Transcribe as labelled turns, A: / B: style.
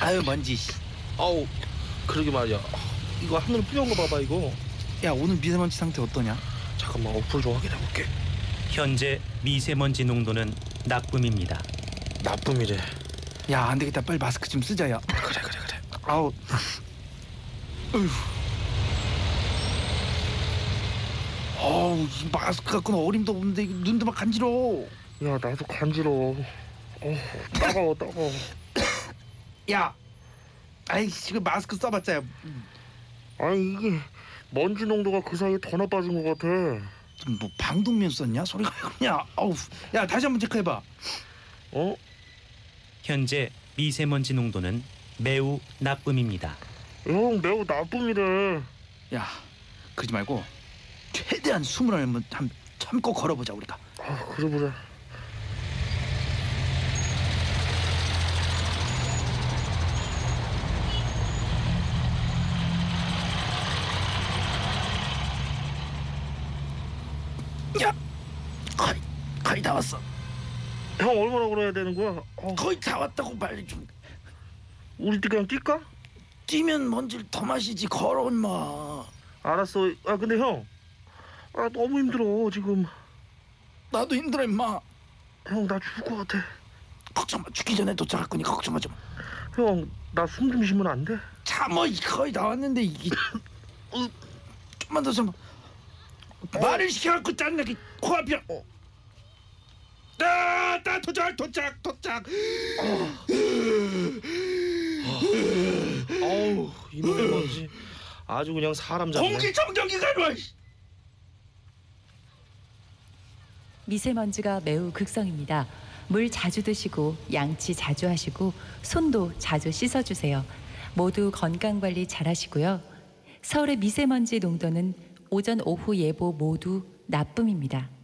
A: 아유 먼지. 씨.
B: 아우 그러게 말이야 아, 이거 하늘 뿌연 거 봐봐 이거
A: 야 오늘 미세먼지 상태 어떠냐?
B: 잠깐만 어플 좀 확인해 볼게
C: 현재 미세먼지 농도는 나쁨입니다.
B: 나쁨이래
A: 야 안 되겠다 빨리 마스크 좀 쓰자야.
B: 그래 그래 그래
A: 아우. 어휴. 어우 이 마스크 갖고는 어림도 없는데 이거 눈도 막 간지러워.
B: 야 나도 간지러워 어 따가워 따가워
A: 야. 아이씨 이거 마스크 써봤자야.
B: 아니 이게 먼지 농도가 그 사이에 더 나빠진 것 같아
A: 뭐 방독면 썼냐? 소리가 왜 그러냐? 아우. 야 다시 한번 체크해봐.
B: 어?
C: 현재 미세먼지 농도는 매우 나쁨입니다.
B: 형 매우 나쁨이래
A: 야 그러지 말고 최대한 숨을 한번 참- 참고 걸어보자 우리가.
B: 아 그래 그래
A: 야 거의 거의 다 왔어.
B: 형 얼마나 걸어야 되는 거야? 어,
A: 거의 다 왔다고 빨리 좀
B: 우리 그냥 뛸까?
A: 뛰면 먼지를 더 마시지 걸어 인마
B: 알았어 아 근데 형아 너무 힘들어 지금
A: 나도 힘들어 인마
B: 형 나 죽을 것 같아
A: 걱정 마 죽기 전에 도착할 거니 걱정 마좀
B: 형 나 숨 좀 쉬면 안 돼?
A: 참어 거의 다 왔는데 이게 으, 좀만 더 참아 말을 시켜갖고 짠나게 코앞이야 나, 나 도착 도착 도착
B: 어우 이놈의 먼지 아주 그냥 사람 잡네
A: 공기청정기가 와 씨.
D: 미세먼지가 매우 극성입니다. 물 자주 드시고 양치 자주 하시고 손도 자주 씻어 주세요. 모두 건강 관리 잘 하시고요. 서울의 미세먼지 농도는 오전 오후 예보 모두 나쁨입니다.